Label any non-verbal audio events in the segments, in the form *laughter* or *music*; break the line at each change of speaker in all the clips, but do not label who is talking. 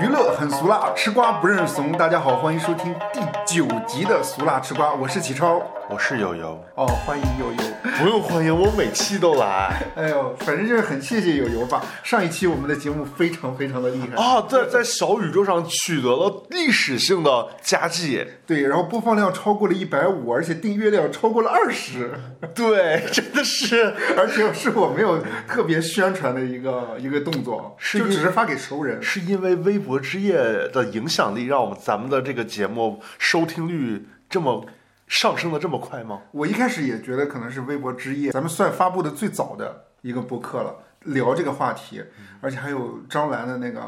娱乐很俗辣，吃瓜不认怂。大家好，欢迎收听第九集的《俗辣吃瓜》，我是启超。
我是悠悠，
哦，欢迎悠悠。
不用欢迎，我每期都来。
哎呦，反正就是很谢谢悠悠吧。上一期我们的节目非常非常的厉害，
*laughs* 啊，在在小宇宙上取得了历史性的佳绩，
对，然后播放量超过了一百五，而且订阅量超过了二十， *laughs*
对，真的是
而且是我没有特别宣传的一个一个动作，
是
就
因为
只是发给熟人。
是因为微博之夜的影响力，让我们咱们的这个节目收听率这么上升的这么快吗？
我一开始也觉得可能是微博之夜，咱们算发布的最早的一个播客了，聊这个话题，而且还有张兰的那个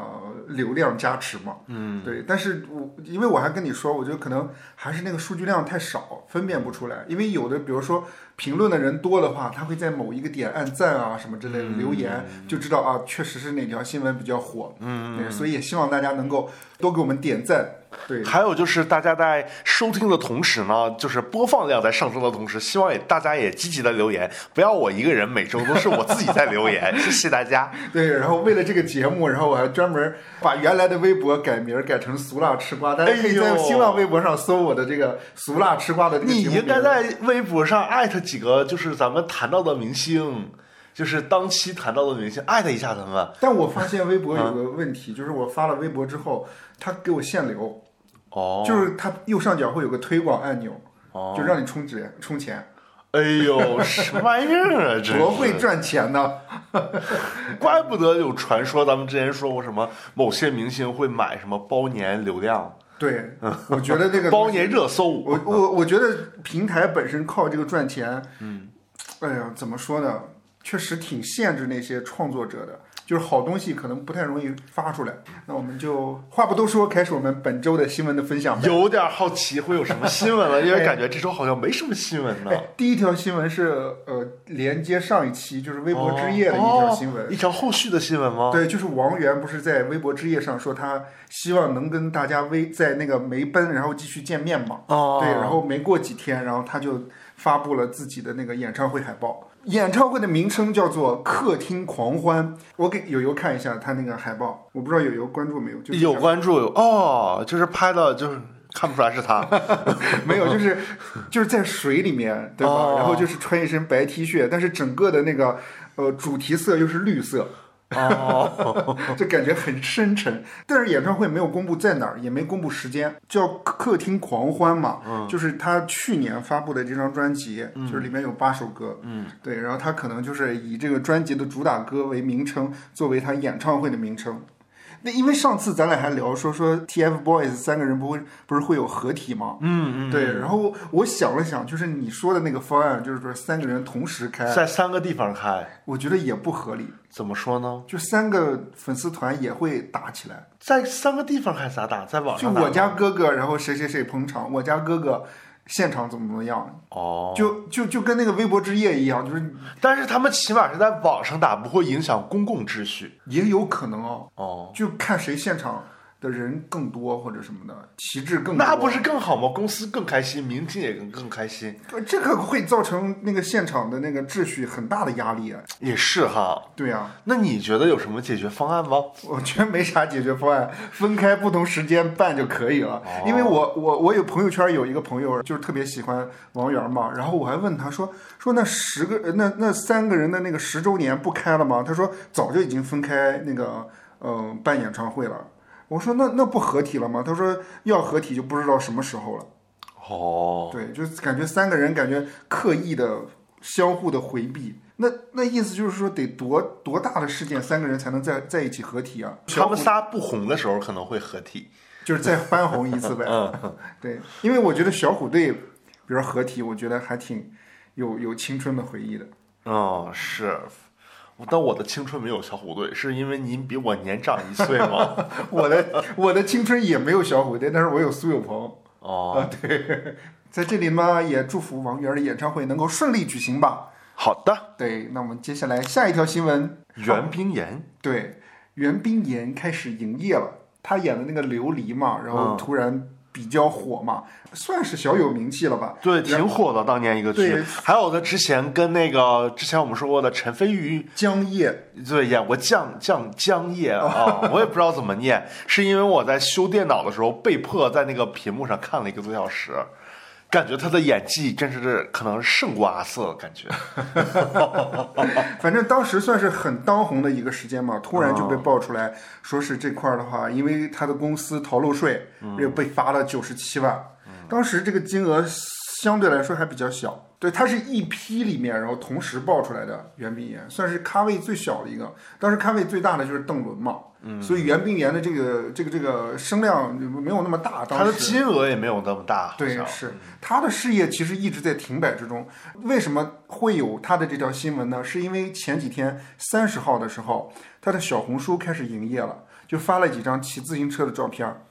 流量加持嘛。嗯，对。但是我因为我还跟你说，我觉得可能还是那个数据量太少，分辨不出来。因为有的，比如说评论的人多的话，他会在某一个点按赞啊什么之类的留言，就知道啊，确实是哪条新闻比较火。嗯，对。所以也希望大家能够多给我们点赞。对，
还有就是大家在收听的同时呢，就是播放量在上升的同时，希望也大家也积极的留言，不要我一个人每周都是我自己在留言，谢谢大家。
对，然后为了这个节目，然后我还专门把原来的微博改名儿，改成“俗辣吃瓜”。大家可以
哎
在
呦
新浪微博上搜我的这个“俗辣吃瓜”的这个
你
节目
应该
名
在微博上艾特几个，就是咱们谈到的明星，就是当期谈到的明星，艾特一下他们。
但我发现微博
啊
有个问题，就是我发了微博之后，它给我限流，
哦，
就是是它右上角会有个推广按钮，
哦
就让你充值充钱。
哎呦，什么玩
*laughs*
意儿啊！真
多会
是，
赚钱呢？
怪不得有传说，咱们之前说过什么某些明星会买什么包年流量、
对，我觉得这
*laughs*
个
包年热搜。
我我我觉得平台本身靠这个赚钱，嗯，哎呀，怎么说呢？确实挺限制那些创作者的，就是好东西可能不太容易发出来。那我们就话不多说，开始我们本周的新闻的分享吧。
有点好奇会有什么新闻了，
*laughs*
因为感觉这周好像没什么新闻呢。
哎，第一条新闻是呃，连接上一期就是微博之夜的一条新闻。
哦一条后续的新闻吗？
对，就是王源不是在微博之夜上说他希望能跟大家微在那个梅奔，然后继续见面嘛。
哦，
对，然后没过几天，然后他就发布了自己的那个演唱会海报。演唱会的名称叫做《客厅狂欢》，我给友友看一下他那个海报，我不知道友友关注没有，就是
有关注有哦，就是拍的，就是看不出来是
*laughs*
他。
*laughs* 没有，就是就是在水里面，对吧？
哦
然后就是穿一身白 T 恤，但是整个的那个呃主题色又是绿色，
哦，
*laughs* 就感觉很深沉。但是演唱会没有公布在哪儿，也没公布时间，叫《客厅狂欢》嘛，就是他去年发布的这张专辑，就是里面有八首歌，嗯，对，然后他可能就是以这个专辑的主打歌为名称，作为他演唱会的名称。那因为上次咱俩还聊说说 TFBOYS 三个人不会不是会有合体吗？嗯嗯，对。然后我想了想，就是你说的那个方案，就是说三个人同时开，
在三个地方开，
我觉得也不合理，
怎么说呢？
就三个粉丝团也会打起来。
在三个地方开咋打？在网
就
上打吗
我家哥哥，然后谁谁谁捧场，我家哥哥现场怎么怎么样，
哦，
就就就跟那个微博之夜一样，就是
但是他们起码是在网上打，不会影响公共秩序。
也有可能哦，
哦，
就看谁现场的人更多或者什么的，旗帜更多
那不是更好吗？公司更开心，明星也更更开心。
这个会造成那个现场的那个秩序很大的压力啊。
也是哈。
对啊呀、
那你觉得有什么解决方案吗？
*laughs* 我觉得没啥解决方案，分开不同时间办就可以了。因为我我我有朋友圈有一个朋友就是特别喜欢王源嘛，然后我还问他说说那十个呃那那三个人的那个十周年不开了吗？他说早就已经分开那个嗯、呃办演唱会了。我说那那不合体了吗？他说要合体就不知道什么时候了。
哦，
对，就是感觉三个人感觉刻意的相互的回避。那那意思就是说，得多多大的事件，三个人才能在在一起合体啊？
他们仨不红的时候可能会合体。
就是再翻红一次呗。 *laughs* 对，因为我觉得小虎队，比如说合体，我觉得还挺有有青春的回忆的。
嗯，是。但我的青春没有小虎队，是因为您比我年长一岁吗？
我的我的青春也没有小虎队，但是我有苏有朋。
*laughs*
啊，
哦，
对，在这里呢，也祝福王源的演唱会能够顺利举行吧。
好的。
对，那我们接下来下一条新闻，啊
袁冰妍，
对，袁冰妍开始营业了。她演的那个琉璃嘛，然后突然比较火嘛，算是小有名气了吧。
对，挺火的当年一个剧
对。
还有他之前跟那个之前我们说过的陈飞宇，
江夜，
对，演过江江江
*laughs*
夜啊，我也不知道怎么念，是因为我在修电脑的时候被迫在那个屏幕上看了一个多小时。感觉他的演技真是可能胜过阿瑟，感觉
反正当时算是很当红的一个时间嘛，突然
哦
就被爆出来，说是这块儿的话，因为他的公司逃漏税，
嗯
又被罚了九十七万。当时这个金额相对来说还比较小，对，他是一批里面，然后同时爆出来的袁冰妍，算是咖位最小的一个。当时咖位最大的就是邓伦嘛，
嗯
所以袁冰妍的这个这个这个声量没有那么大。 *laughs* 当
他的
时
金额也没有那么大，好嗯
对，
像
是他的事业其实一直在停摆之中。为什么会有他的这条新闻呢？是因为前几天三十号的时候，他的小红书开始营业了，就发了几张骑自行车的照片儿，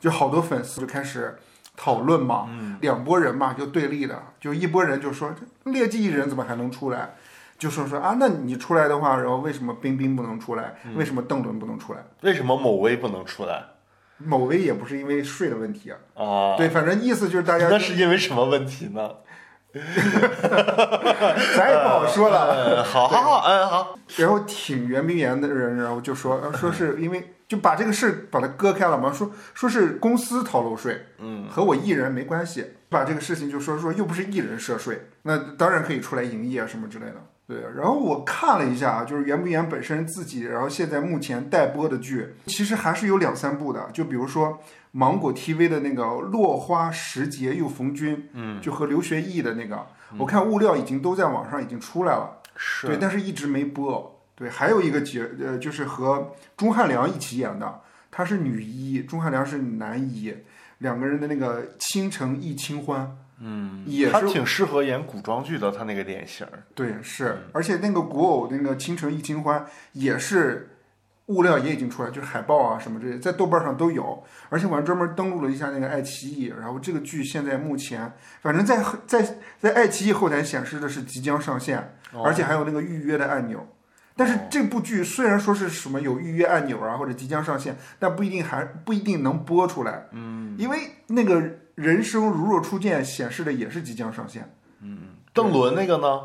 就好多粉丝就开始讨论嘛，
嗯
两拨人嘛就对立的，就一拨人就说这劣迹艺人怎么还能出来？就说说啊，那你出来的话，然后为什么冰冰不能出来？
嗯
为什么邓伦不能出来？
为什么某威不能出来
某威也不是因为税的问题啊，
啊？
对，反正意思就是大家
那是因为什么问题呢？
咱也不好说了。
*laughs* 呃，好好好，嗯好，
然后挺袁冰妍的人，然后就说呃说 *laughs* 是因为就把这个事把它割开了嘛，说说是公司逃漏税，嗯，和我艺人没关系，把这个事情就说说又不是艺人涉税，那当然可以出来营业啊什么之类的。对，然后我看了一下，啊就是袁冰妍本身自己，然后现在目前待播的剧，其实还是有两三部的，就比如说芒果 TV 的那个《落花时节又逢君》，嗯，就和刘学义的那个，我看物料已经都在网上已经出来了。
是
对，但是一直没播。对，还有一个节，呃，就是和钟汉良一起演的，他是女一，钟汉良是男一，两个人的那个《倾城忆清欢》，嗯，也
他
是
挺适合演古装剧的，他那个脸型儿
对，是，而且那个古偶那个《倾城忆清欢》也是物料也已经出来，就是海报啊什么这些，在豆瓣上都有，而且我还专门登录了一下那个爱奇艺，然后这个剧现在目前，反正在在在爱奇艺后台显示的是即将上线，
哦
而且还有那个预约的按钮。但是这部剧虽然说是什么有预约按钮啊，或者即将上线，但不一定还不一定能播出来。嗯，因为那个人生如若初见显示的也是即将上线，
邓伦那个呢？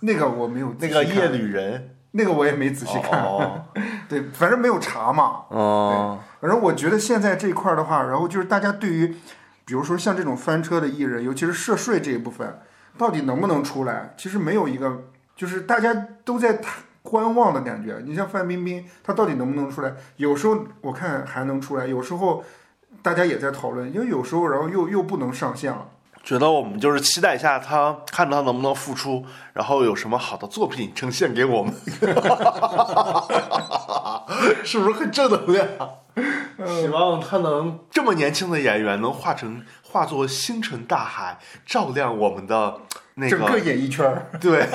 那个我没有仔
那
细
个
看
夜旅人，
那个我也没仔细看，
哦，
对，反正没有查嘛。
哦，
反正我觉得现在这一块儿的话，然后就是大家对于，比如说像这种翻车的艺人，尤其是涉税这一部分，到底能不能出来，其实没有一个，就是大家都在谈观望的感觉。你像范冰冰，她到底能不能出来？有时候我看还能出来，有时候大家也在讨论，因为有时候然后又又不能上线了。
觉得我们就是期待一下他，看他能不能复出，然后有什么好的作品呈现给 *laughs* 我们，是不是很正能量？希望他能这么年轻的演员能化成化作星辰大海，照亮我们的那
整个
个
演艺圈
*laughs*
儿，
对。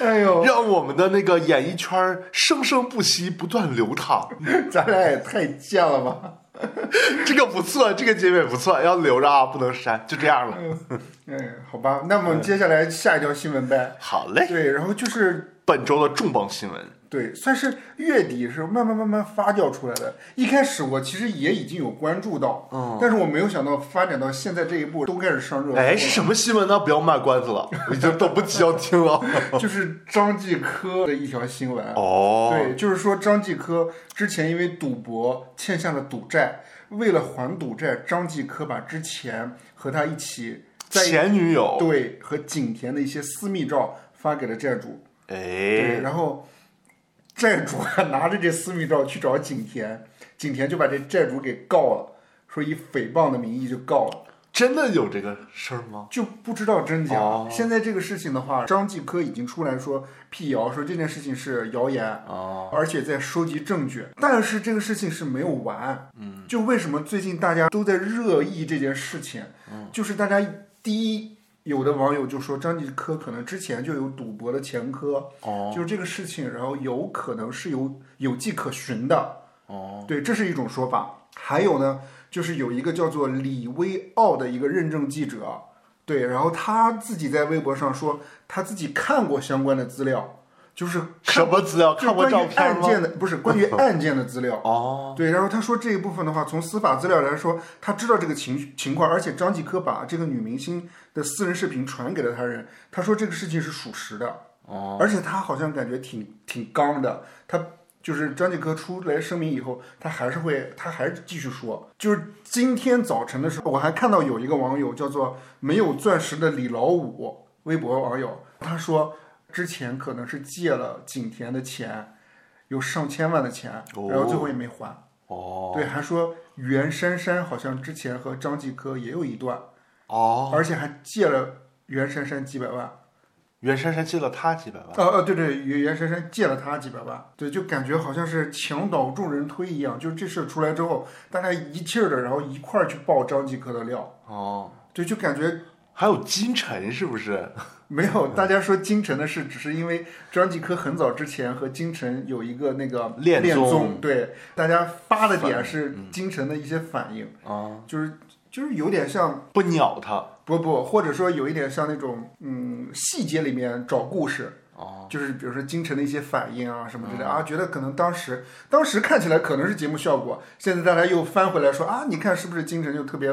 哎
*laughs*
呦，
让我们的那个演艺圈儿生生不息，不断流淌。
咱俩也太贱了吧！
这个不错，这个结尾不错，要留着啊，不能删，就这样了。
哎，好吧，那么接下来下一条新闻呗。
好嘞，
对，然后就是
本周的重磅新闻，
对，算是月底是慢慢慢慢发酵出来的。一开始我其实也已经有关注到，但是我没有想到发展到现在这一步都开始上热搜。
嗯哎，是什么新闻呢？不要卖关子 *laughs* 了，我已经等不及要听了。
就是张继科的一条新闻。
哦，
对，就是说张继科之前因为赌博欠下了赌债，为了还赌债，张继科把之前和他一起在
前女友，
对和景甜的一些私密照发给了债主。对，
哎，
然后债主还拿着这私密照去找景甜， *laughs* 景甜就把这债主给告了，说以诽谤的名义就告了，
真的有这个事儿吗？
就不知道真假。
哦
现在这个事情的话，张继科已经出来说辟谣，说这件事情是谣言。
哦，
而且在收集证据，但是这个事情是没有完。嗯，就为什么最近大家都在热议这件事情？嗯，就是大家第一，有的网友就说张继科可能之前就有赌博的前科，
哦，
就是这个事情，然后有可能是有有迹可循的。
哦，
对，这是一种说法。还有呢，就是有一个叫做李威奥的一个认证记者，对，然后他自己在微博上说他自己看过相关的资料，就是
什么资料？
就是
*laughs* 看过照
关于
片
案
吗？
件的不是关于案件的资
*laughs*
料。
哦，
对，然后他说这一部分的话，从司法资料来说，他知道这个情情况，而且张继科把这个女明星的私人视频传给了他人，他说这个事情是属实的，哦，而且他好像感觉挺挺刚的，他就是张继科出来声明以后，他还是会，他还是继续说，就是今天早晨的时候，我还看到有一个网友叫做没有钻石的李老五，微博网友，他说之前可能是借了景甜的钱。有上千万的钱，然后最后也没还。
哦，
对，还说袁姗姗好像之前和张继科也有一段，
哦，
而且还借了袁姗姗几百万。
袁姗姗借了他几百万。
呃呃，对对，袁袁姗姗借了他几百万，对，就感觉好像是墙倒众人推一样，就是这事儿出来之后，大家一气儿的，然后一块儿去爆张继科的料，
哦，
对，就感觉
还有金晨是不是？
没有大家说金晨的事，只是因为张继科很早之前和金晨有一个那个
恋
恋
综嗯
综，对，大家发的点是金晨的一些反应，
啊，
就是就是有点像
不鸟他。
不不，或者说有一点像那种嗯细节里面找故事，哦，就是比如说金晨的一些反应啊什么之类的、啊，觉得可能当时当时看起来可能是节目效果，现在大家又翻回来说啊，你看是不是金晨就特别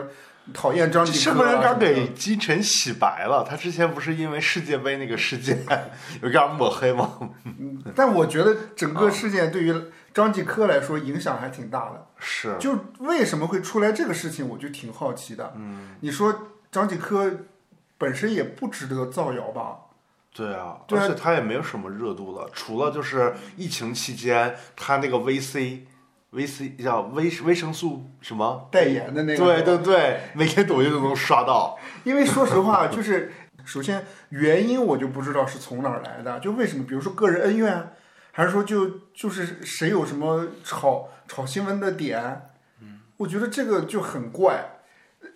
讨厌张继科、啊？
是不是
什
刚
么的
给金晨洗白了？他之前不是因为世界杯那个事件 *laughs* 有给他抹黑吗？
嗯但我觉得整个事件对于张继科来说影响还挺大的。
是，
就为什么会出来这个事情，我就挺好奇的。嗯，你说张继科本身也不值得造谣吧？
对啊，
对啊
而且他也没有什么热度了，除了就是疫情期间他那个 VC。VC 叫维维生素什么？
代言的那个
对对对，每天抖音都能刷到。
因为说实话， *laughs* 就是首先原因我就不知道是从哪儿来的，就为什么，比如说个人恩怨，还是说就就是谁有什么炒炒新闻的点，嗯，我觉得这个就很怪。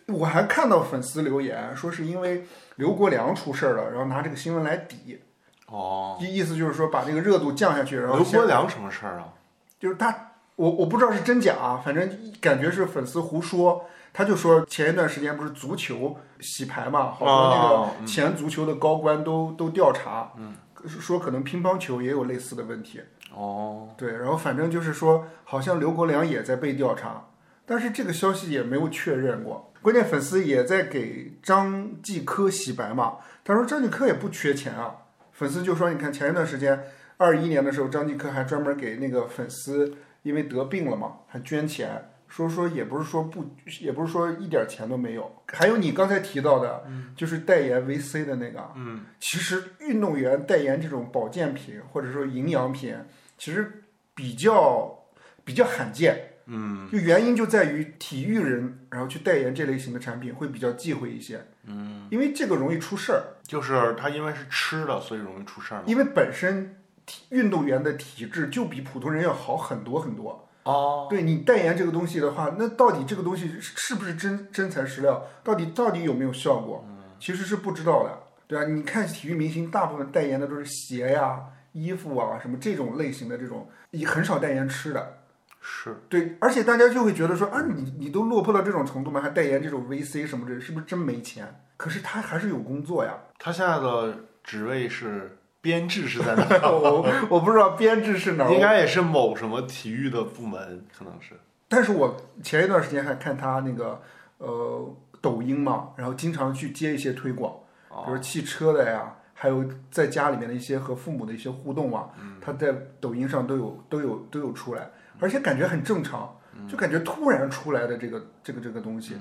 我还看到粉丝留言说是因为刘国梁出事儿了，然后拿这个新闻来抵，
哦，
意意思就是说把这个热度降下去，然后
刘
先
国梁什么事儿啊？
就是他，我我不知道是真假、啊，反正感觉是粉丝胡说。他就说前一段时间不是足球洗牌嘛，好多
哦
那个前足球的高官都都调查，嗯，说可能乒乓球也有类似的问题。
哦，
对，然后反正就是说，好像刘国梁也在被调查，但是这个消息也没有确认过。关键粉丝也在给张继科洗白嘛，他说张继科也不缺钱啊。粉丝就说，你看前一段时间，二一年的时候，张继科还专门给那个粉丝因为得病了嘛，还捐钱，说说也不是说不，也不是说一点钱都没有。还有你刚才提到的，就是代言 VC 的那个，嗯，其实运动员代言这种保健品或者说营养品，其实比较比较罕见。嗯，就原因就在于体育人，然后去代言这类型的产品会比较忌讳一些。嗯，因为这个容易出事儿，
就是他因为是吃的，所以容易出事儿嘛。
因为本身体运动员的体质就比普通人要好很多很多。
哦，
对你代言这个东西的话，那到底这个东西是是不是真真材实料？到底到底有没有效果？其实是不知道的，对啊，你看体育明星大部分代言的都是鞋呀、衣服啊什么这种类型的这种，也很少代言吃的。
是
对，而且大家就会觉得说啊，你你都落魄到这种程度吗？还代言这种 VC 什么的，是不是真没钱？可是他还是有工作呀。 *laughs*
他现在的职位是 *laughs* 编制是在哪？
我我不知道编制是哪
应
儿，
该也是某什么体育的部门，可能是。
但是我前一段时间还看他那个呃抖音嘛，然后经常去接一些推广，
哦
比如汽车的呀，还有在家里面的一些和父母的一些互动啊，
嗯
他在抖音上都有都有都有出来，而且感觉很正常，
嗯
就感觉突然出来的这个这个这个东西。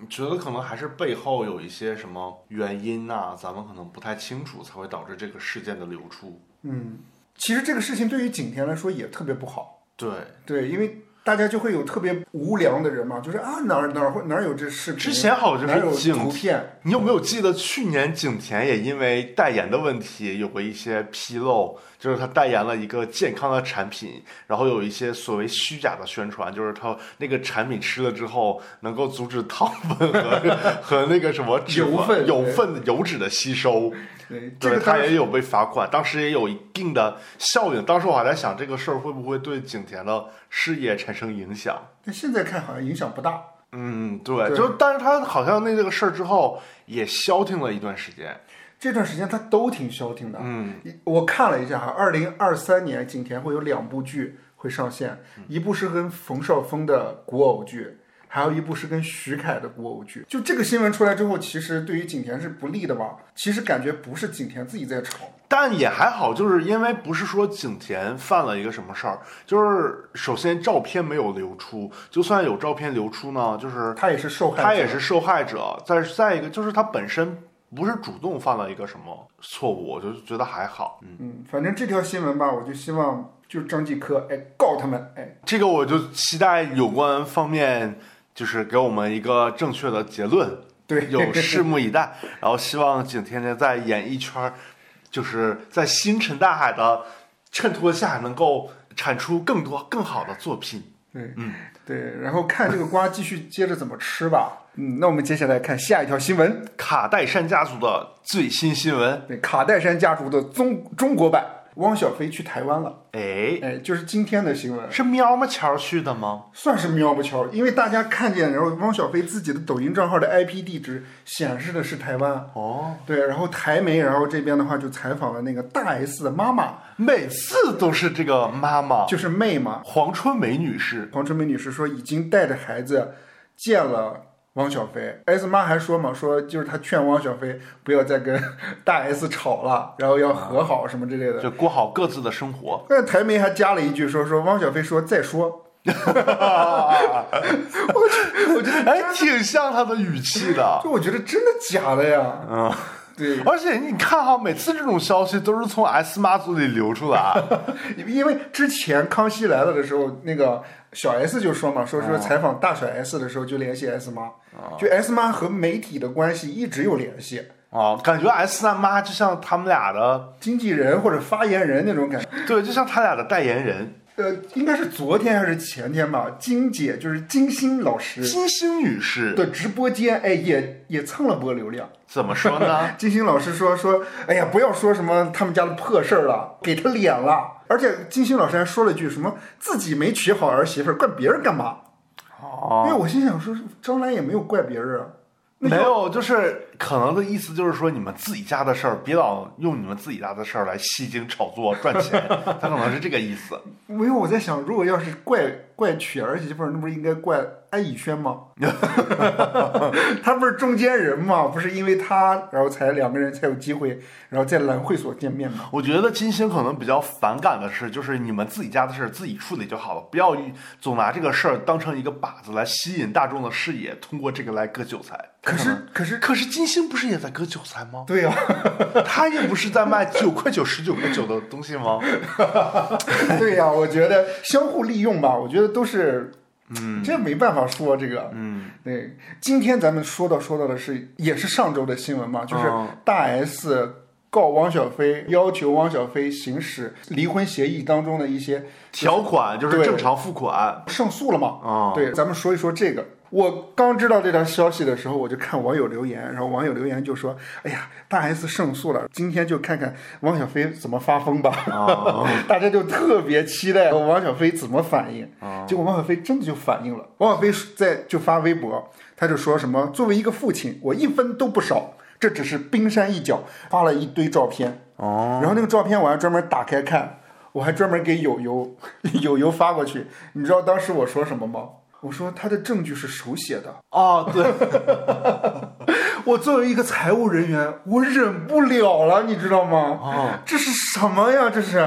你觉得可能还是背后有一些什么原因呐、咱们可能不太清楚，才会导致这个事件的流出。
嗯，其实这个事情对于景甜来说也特别不好，
对，
对，因为大家就会有特别无良的人嘛，就是啊哪儿哪儿会哪儿有这视频，
之前好像
哪儿有
就是
图
景，
片，
你有没有记得去年景甜也因为代言的问题有过一些纰漏，就是她代言了一个健康的产品，然后有一些所谓虚假的宣传，就是她那个产品吃了之后能够阻止糖分和 *laughs* 和那个什么脂肪
油分
油分油脂的吸收。
对，这
对，
个
他
当
也
时
有被罚款，当时也有一定的效应。当时我还在想，这个事儿会不会对景甜的事业产生影响？
但现在看好像影响不大。
嗯，对，
对
就但是他好像那这个事儿之后也消停了一段时间。
这段时间他都挺消停的。
嗯，
我看了一下哈，二零二三年景甜会有两部剧会上线，一部是跟冯绍峰的古偶剧，还有一部是跟徐凯的古偶剧。就这个新闻出来之后，其实对于景甜是不利的吧？其实感觉不是景甜自己在吵，
但也还好，就是因为不是说景甜犯了一个什么事儿，就是首先照片没有流出，就算有照片流出呢，就是
他也是受害者，
他也是受害者。再再一个就是他本身不是主动犯了一个什么错误，我就觉得还好。嗯，
嗯，反正这条新闻吧，我就希望就是张继科，哎，告他们，哎，
这个我就期待有关方面就是给我们一个正确的结论， *laughs*
对，
有拭目以待。然后希望景甜甜在演艺圈儿，就是在星辰大海的衬托下，能够产出更多更好的作品。
对，嗯，对，然后看这个瓜继续接着怎么吃吧。嗯，那我们接下来看下一条新闻，
卡戴珊家族的最新新闻，
对，卡戴珊家族的中中国版，汪小菲去台湾了，
哎，
哎，就是今天的新闻，
是喵喵乔去的吗？
算是瞄不巧，因为大家看见，然后汪小菲自己的抖音账号的 IP 地址显示的是台湾，
哦，
对，然后台媒，然后这边的话就采访了那个大 S 的妈妈，
每次都是这个妈妈
就是妹嘛，
黄春梅女士，
黄春梅女士说已经带着孩子见了汪小菲，S 妈还说嘛，说就是她劝汪小菲不要再跟 *laughs* 大 S 吵了，然后要和好什么之类的。
啊就过好各自的生活。
但台媒还加了一句说说汪小菲说再
*laughs*
说，我觉得
哎，挺像她的语气的。
就我觉得真的假的呀？
嗯，
*laughs* 对，
*laughs* 而且你看哈，每次这种消息都是从 S 妈嘴里流出来。
*laughs* 因为之前《康熙来了》的时候，那个小 S 就说嘛，
啊
说说采访大小 S 的时候就联系 S 妈，就 S 妈和媒体的关系一直有联系，
哦，感觉 S 妈就像他们俩的，
经纪人或者发言人那种感觉。
对，就像他俩的代言人，
呃，应该是昨天还是前天吧，金姐就是金星老师
金星女士。
的直播间，哎，也也蹭了波流量。
怎么说呢？
金星老师说说，哎呀，不要说什么他们家的破事儿了，给他脸了。而且金星老师还说了句什么自己没娶好儿媳妇儿，怪别人干嘛？
*laughs* 哦，
因为我心想说，张兰也没有怪别人啊。
没有，就是可能的意思就是说，你们自己家的事儿，别老用你们自己家的事儿来戏精炒作赚钱，他可能是这个意思。
没有，我在想，如果要是怪怪娶儿媳妇儿，那不是应该怪安以轩吗？ *laughs* 他不是中间人吗？不是因为他，然后才两个人才有机会，然后在蓝会所见面吗？
我觉得金星可能比较反感的是，就是你们自己家的事儿自己处理就好了，不要一总拿这个事儿当成一个靶子来吸引大众的视野，通过这个来割韭菜。
可是，可是，？
可是金星不是也在割韭菜吗
对呀、
*laughs*
*laughs*
他也不是在卖九块九、十九块九的东西 *laughs* 吗？
对呀、我觉得相互利用吧，我觉得都是，嗯，这没办法说这个，嗯，对。今天咱们说到说到的是，也是上周的新闻嘛，就是
嗯
大 S 告汪小菲，要求汪小菲行使离婚协议当中的一些
条款就是
对
正常付款。
胜诉了嘛。
哦
对，咱们说一说这个。我刚知道这条消息的时候，我就看网友留言，然后网友留言就说：“哎呀，大 S 胜诉了，今天就看看汪小菲怎么发疯吧。 *laughs* 大家就特别期待汪小菲怎么反应。结果汪小菲真的就反应了，汪小菲在就发微博，他就说什么：“作为一个父亲，我一分都不少，这只是冰山一角。”发了一堆照片，
哦，
然后那个照片我还专门打开看，我还专门给友友 *laughs* 友友发过去。你知道当时我说什么吗？我说他的证据是手写的。
哦，对，
我作为一个财务人员，我忍不了了，你知道吗？
哦，
这是什么呀？这是，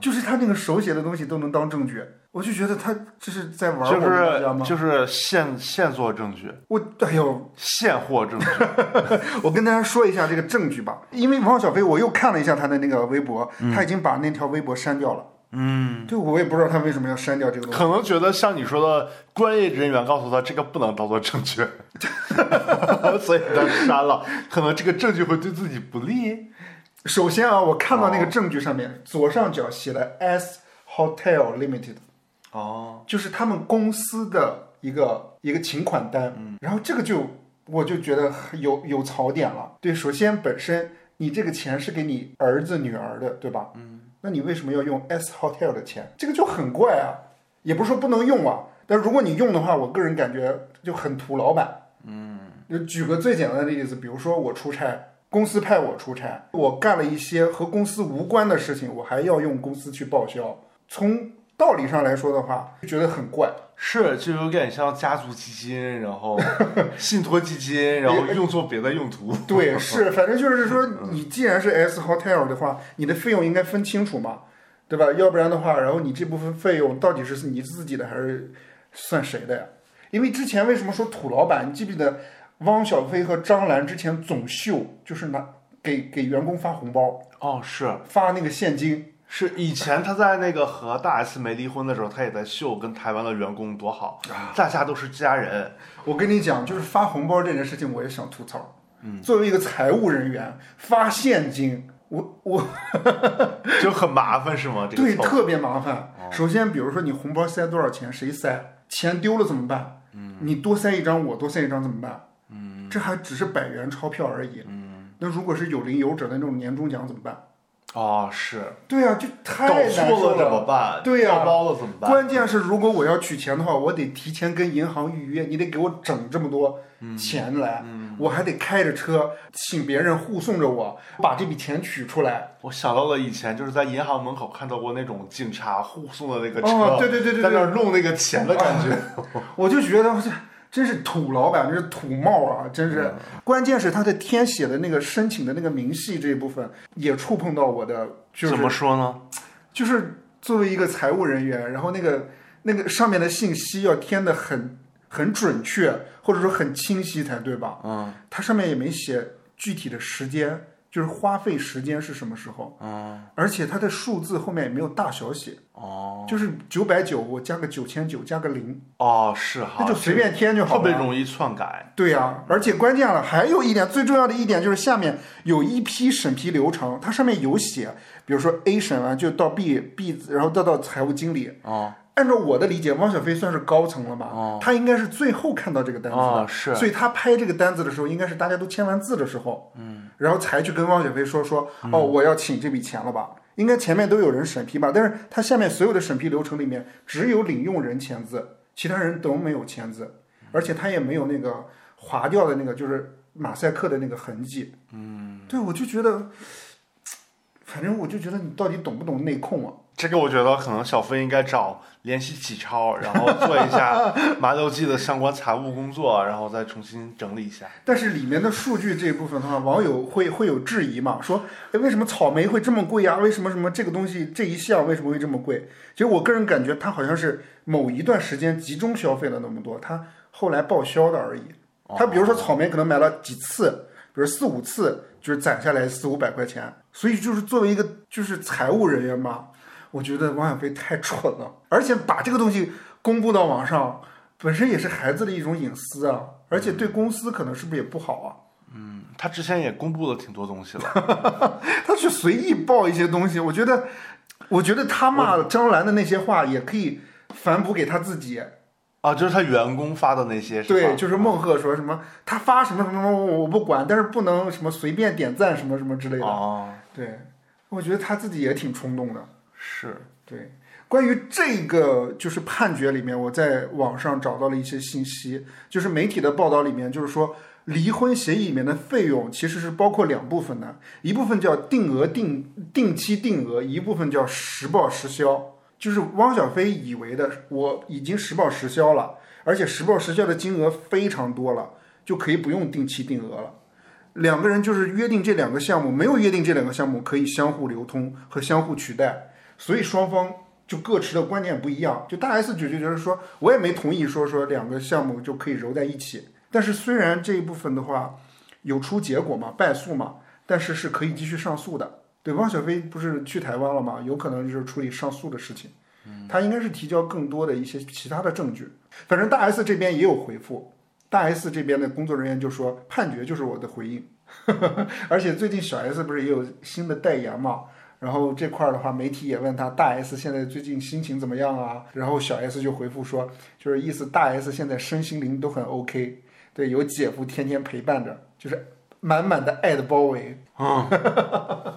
就是他那个手写的东西都能当证据，我就觉得他这是在玩
*laughs* 就
我们大家
是
吗？
就是现现做证据，
我哎呦，
现货证据。
我跟大家说一下这个证据吧，因为王小飞，我又看了一下他的那个微博，
嗯
他已经把那条微博删掉了。嗯，对，我也不知道他为什么要删掉这个东西。
可能觉得像你说的，专业人员告诉他这个不能当做证据， *laughs* 所以他删了。可能这个证据会对自己不利。
首先啊，我看到那个证据上面、左上角写了 S Hotel Limited，
哦，
就是他们公司的一个一个请款单。嗯，然后这个就我就觉得有有槽点了。对，首先本身你这个钱是给你儿子女儿的，对吧？嗯，那你为什么要用 S Hotel 的钱？这个就很怪啊，也不是说不能用啊，但如果你用的话，我个人感觉就很土老板。嗯，就举个最简单的例子，比如说我出差。公司派我出差，我干了一些和公司无关的事情，我还要用公司去报销。从道理上来说的话，就觉得很怪。
是就有点像家族基金，然后信托基金，然后用作别的用途。
对，是，反正就是说，你既然是 S Hotel 的话，你的费用应该分清楚嘛，对吧？要不然的话，然后你这部分费用到底是你自己的还是算谁的呀？因为之前为什么说土老板？你记不记得汪小菲和张兰之前总秀就是拿给给员工发红包，
哦，是
发那个现金，
是，以前他在那个和大 S 没离婚的时候，他也在秀跟台湾的员工多好，大家都是家人。
我跟你讲，就是发红包这件事情，我也想吐槽。嗯，作为一个财务人员，发现金，我我
就很麻烦是吗？这个
对
操
特别麻烦。首先，比如说你红包塞多少钱，谁塞，钱丢了怎么办？嗯，你多塞一张，我多塞一张怎么办？嗯，这还只是百元钞票而已。嗯，那如果是有零有整的那种年终奖怎么办？
哦，是
对啊，就太
搞
难
错
受
了怎么办？
对呀
掉包了怎么办？
关键是，如果我要取钱的话，我得提前跟银行预约，你得给我整这么多钱来，我还得开着车请别人护送着我把这笔钱取出来。
我想到了以前就是在银行门口看到过那种警察护送的那个车，
哦对对对对对哎
在那儿弄那个钱的感 *laughs* 觉。
我就觉得这真是土老板，这是土帽啊，真
嗯
是。关键是他的填写的那个申请的那个明细这一部分也触碰到我的，就是
怎么说呢？
就是作为一个财务人员，然后那个那个上面的信息要填的很很准确，或者说很清晰才对吧？
嗯，
它上面也没写具体的时间，就是花费时间是什么时候。
嗯，
而且它的数字后面也没有大小写，
哦
就是九百九，我加个九千九，加个零，
哦，是哈，
那就随便填就好
特
了。啊
别容易篡改。
对呀、而且关键了，还有一点最重要的一点就是下面有一批审批流程，它上面有写，比如说 A 审完就到 B，B 然后再到财务经理。
哦
按照我的理解，汪小菲算是高层了吧？
哦
他应该是最后看到这个单子的，
哦是
嗯所以他拍这个单子的时候，应该是大家都签完字的时候，嗯，然后才去跟汪小菲说说，哦，我要请这笔钱了吧？应该前面都有人审批吧？但是他下面所有的审批流程里面，只有领用人签字，其他人都没有签字，而且他也没有那个划掉的那个就是马赛克的那个痕迹，嗯，对，我就觉得，反正我就觉得你到底懂不懂内控啊？
这个我觉得可能小飞应该找联系启超，然后做一
*laughs*
下麻六记的相关财务工作，然后再重新整理一下。
但是里面的数据这一部分的话，网友会会有质疑嘛，说，哎，为什么草莓会这么贵呀、啊为什么什么这个东西这一项为什么会这么贵？其实我个人感觉，它好像是某一段时间集中消费了那么多，它后来报销的而已。它比如说草莓可能买了几次，比如四五次，就是攒下来四五百块钱。所以就是作为一个就是财务人员嘛，我觉得王小飞太蠢了，而且把这个东西公布到网上，本身也是孩子的一种隐私啊，而且对公司可能是不是也不好啊？ *laughs*
嗯他之前也公布了挺多东西了。
他去随意报一些东西，我觉得，我觉得他骂张兰的那些话也可以反哺给他自己。
啊，就是他员工发的那些，是吧
对，就是孟鹤说什么他发什么什么什么我不管，但是不能什么随便点赞什么什么之类的。
哦，
对，我觉得他自己也挺冲动的。
是，
对，关于这个就是判决里面，我在网上找到了一些信息，就是媒体的报道里面，就是说离婚协议里面的费用其实是包括两部分的，一部分叫定额定定期定额，一部分叫实报实销。就是汪小菲以为的，我已经实报实销了，而且实报实销的金额非常多了，就可以不用定期定额了。两个人就是约定这两个项目，没有约定这两个项目可以相互流通和相互取代，所以双方就各持的观点不一样。就大 S 就觉得说，我也没同意说说两个项目就可以揉在一起。但是虽然这一部分的话有出结果嘛，败诉嘛，但是是可以继续上诉的。对，汪小菲不是去台湾了嘛，有可能就是处理上诉的事情。他应该是提交更多的一些其他的证据。反正大 S 这边也有回复，大 S 这边的工作人员就说判决就是我的回应， *laughs* 而且最近小 S 不是也有新的代言嘛？然后这块儿的话，媒体也问他大 S 现在最近心情怎么样啊？然后小 S 就回复说，就是意思大 S 现在身心灵都很 OK，对，有姐夫天天陪伴着，就是满满的爱的包围。
嗯，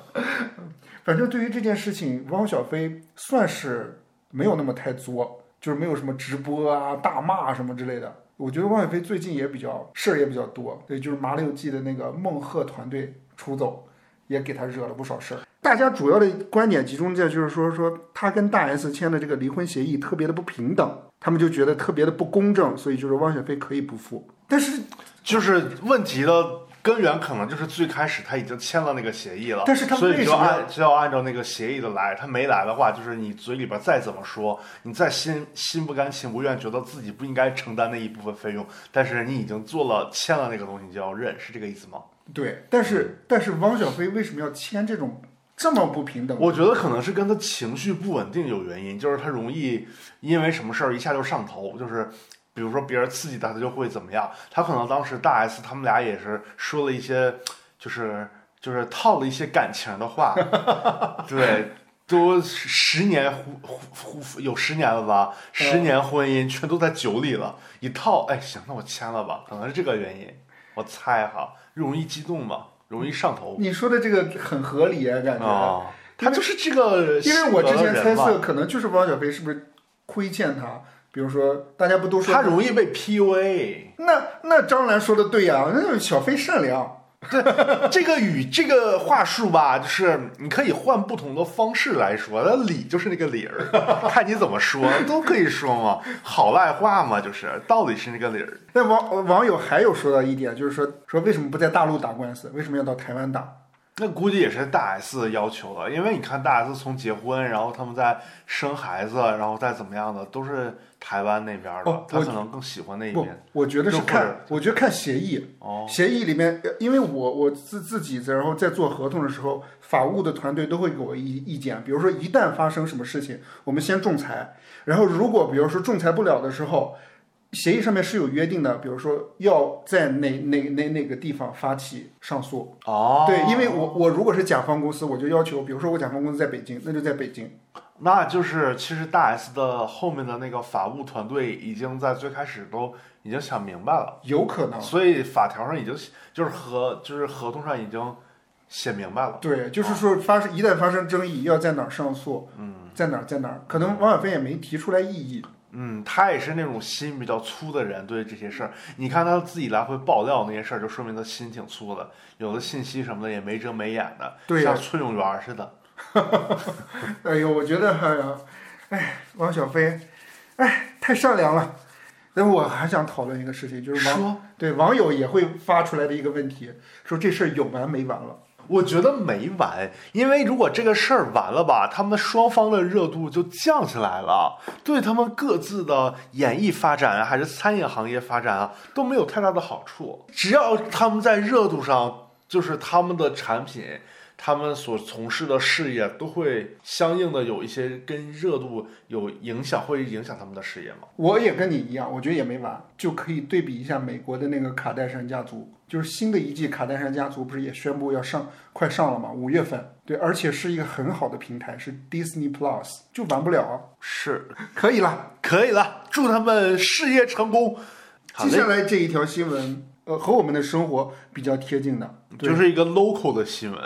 *laughs* 反正对于这件事情，汪小菲算是没有那么太作，就是没有什么直播啊、大骂什么之类的。我觉得汪小菲最近也比较事儿也比较多，对，就是《麻六记》的那个孟鹤团队出走，也给他惹了不少事儿。大家主要的观点集中在就是说，说他跟大 S 签的这个离婚协议特别的不平等，他们就觉得特别的不公正，所以就是汪雪菲可以不付。但是，
就是问题的根源可能就是最开始他已经签了那个协议了，
但是他
所
为
以
什
就
么
按就要按照那个协议的来，他没来的话，就是你嘴里边再怎么说，你再心心不甘情不愿，觉得自己不应该承担那一部分费用，但是你已经做了签了那个东西，你就要认，是这个意思吗？
对，但是但是汪小菲为什么要签这种这么不平等？
我觉得可能是跟他情绪不稳定有原因，就是他容易因为什么事儿一下就上头，就是比如说别人刺激他，他就会怎么样。他可能当时大 S 他们俩也是说了一些，就是就是套了一些感情的话，对。都十年婚婚婚有十年了吧，十年婚姻全都在酒里了，一套哎行，那我签了吧，可能是这个原因，我猜哈，容易激动嘛，容易上头
你说的这个很合理啊，感觉。
啊、他就是这个
因
性
为
格
我之
的
前
人
猜
嘛
测，可能就是汪小菲是不是亏欠他？比如说，大家不都说
他容易被 PUA。
那那张兰说的对呀、那小飞善良，
这个语这个话术吧，就是你可以换不同的方式来说，那理就是那个理儿，看你怎么说都可以说嘛，好赖话嘛，就是道理是那个理儿。
那网网友还有说到一点，就是说说为什么不在大陆打官司，为什么要到台湾打？
那估计也是大 S 的要求了，因为你看大 S 从结婚，然后他们再生孩子，然后再怎么样的，都是台湾那边的
哦，
他
我
可能更喜欢那一
不
边。，
我觉得是
又或者
看，我觉得看协议，
哦，
协议里面，呃因为我我自自己在然后在做合同的时候，法务的团队都会给我意意见，比如说一旦发生什么事情，我们先仲裁，然后如果比如说仲裁不了的时候。协议上面是有约定的，比如说要在哪哪哪哪个地方发起上诉，
哦，
对，因为我我如果是甲方公司，我就要求，比如说我甲方公司在北京，那就在北京。
那就是，其实大 S 的后面的那个法务团队已经在最开始都已经想明白了，
有可能。
所以法条上已经就是合就是合同上已经写明白了。
对，就是说发生一旦发生争议，要在哪儿上诉，嗯，在哪儿在哪儿，可能王小飞也没提出来异议。 *laughs*
嗯，他也是那种心比较粗的人，对这些事儿，你看他自己来回爆料那些事儿，就说明他心挺粗的，有的信息什么的也没遮没掩的，
对呀
像崔永元似的。
哎呦，我觉得，哎呀，哎，王小飞，哎，太善良了。但我还想讨论一个事情，就是网
说，
对网友也会发出来的一个问题，说这事儿有完没完了？
我觉得没完，因为如果这个事儿完了吧，他们双方的热度就降起来了，对他们各自的演艺发展啊，还是餐饮行业发展啊，都没有太大的好处。只要他们在热度上，就是他们的产品。他们所从事的事业都会相应的有一些跟热度有影响，会影响他们的事业吗？
我也跟你一样，我觉得也没完，就可以对比一下美国的那个卡戴珊家族，就是新的一季卡戴珊家族不是也宣布要上，快上了嘛，五月份，对，而且是一个很好的平台，是 Disney Plus，就完不了啊，
是，
可以了。
可以了，祝他们事业成功。好
接
嘞，
下来这一条新闻，呃，和我们的生活比较贴近的， *laughs* 对，
就是一个 local 的新闻。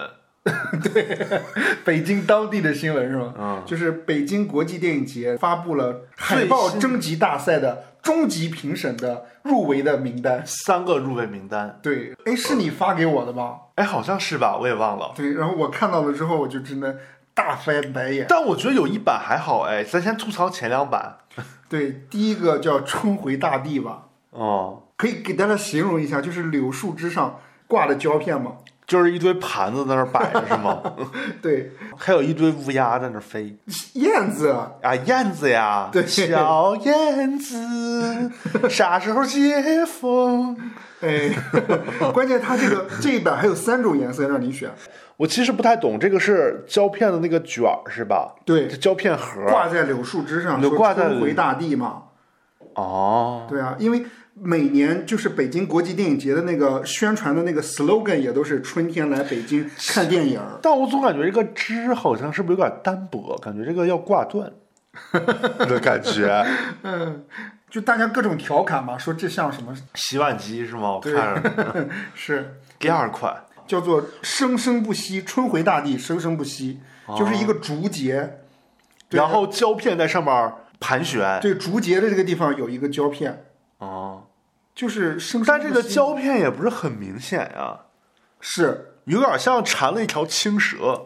北京当地的新闻是吗？嗯，就是北京国际电影节发布了海报
最新
征集大赛的终极评审的入围的名单。
三个入围名单，
对，哎，是你发给我的吧？
哎，好像是吧，我也忘了。
对，然后我看到了之后，我就真的大翻白眼。
但我觉得有一版还好，哎，咱先吐槽前两版。
对，第一个叫“春回大地”吧，
哦，
可以给大家形容一下，就是柳树枝上挂的胶片嘛。
就是一堆盘子在那儿摆着是吗？ *laughs*
对，
还有一堆乌鸦在那儿飞
燕子，
啊，燕子呀，
对
小燕子，啥时候解封？
哎， *laughs* 关键它这个这一版还有三种颜色让你选，
我其实不太懂，这个是胶片的那个卷儿是吧？
对
这胶片盒儿。
挂在柳树枝上，
就
说
挂在
春回大地嘛。
哦，
对啊，因为每年就是北京国际电影节的那个宣传的那个 slogan 也都是春天来北京看电影儿。
但我总感觉这个枝好像是不是有点单薄，感觉这个要挂断 *laughs* 的感觉。
嗯，就大家各种调侃嘛，说这像什么？
洗碗机是吗？我看着
是
第二款
叫做“生生不息”，春回大地，生生不息，就是一个竹节。对
然后胶片在上面盘旋。
对，竹节的这个地方有一个胶片，
哦，
就是生生不息。
但这个胶片也不是很明显呀、
是
有点像缠了一条青蛇，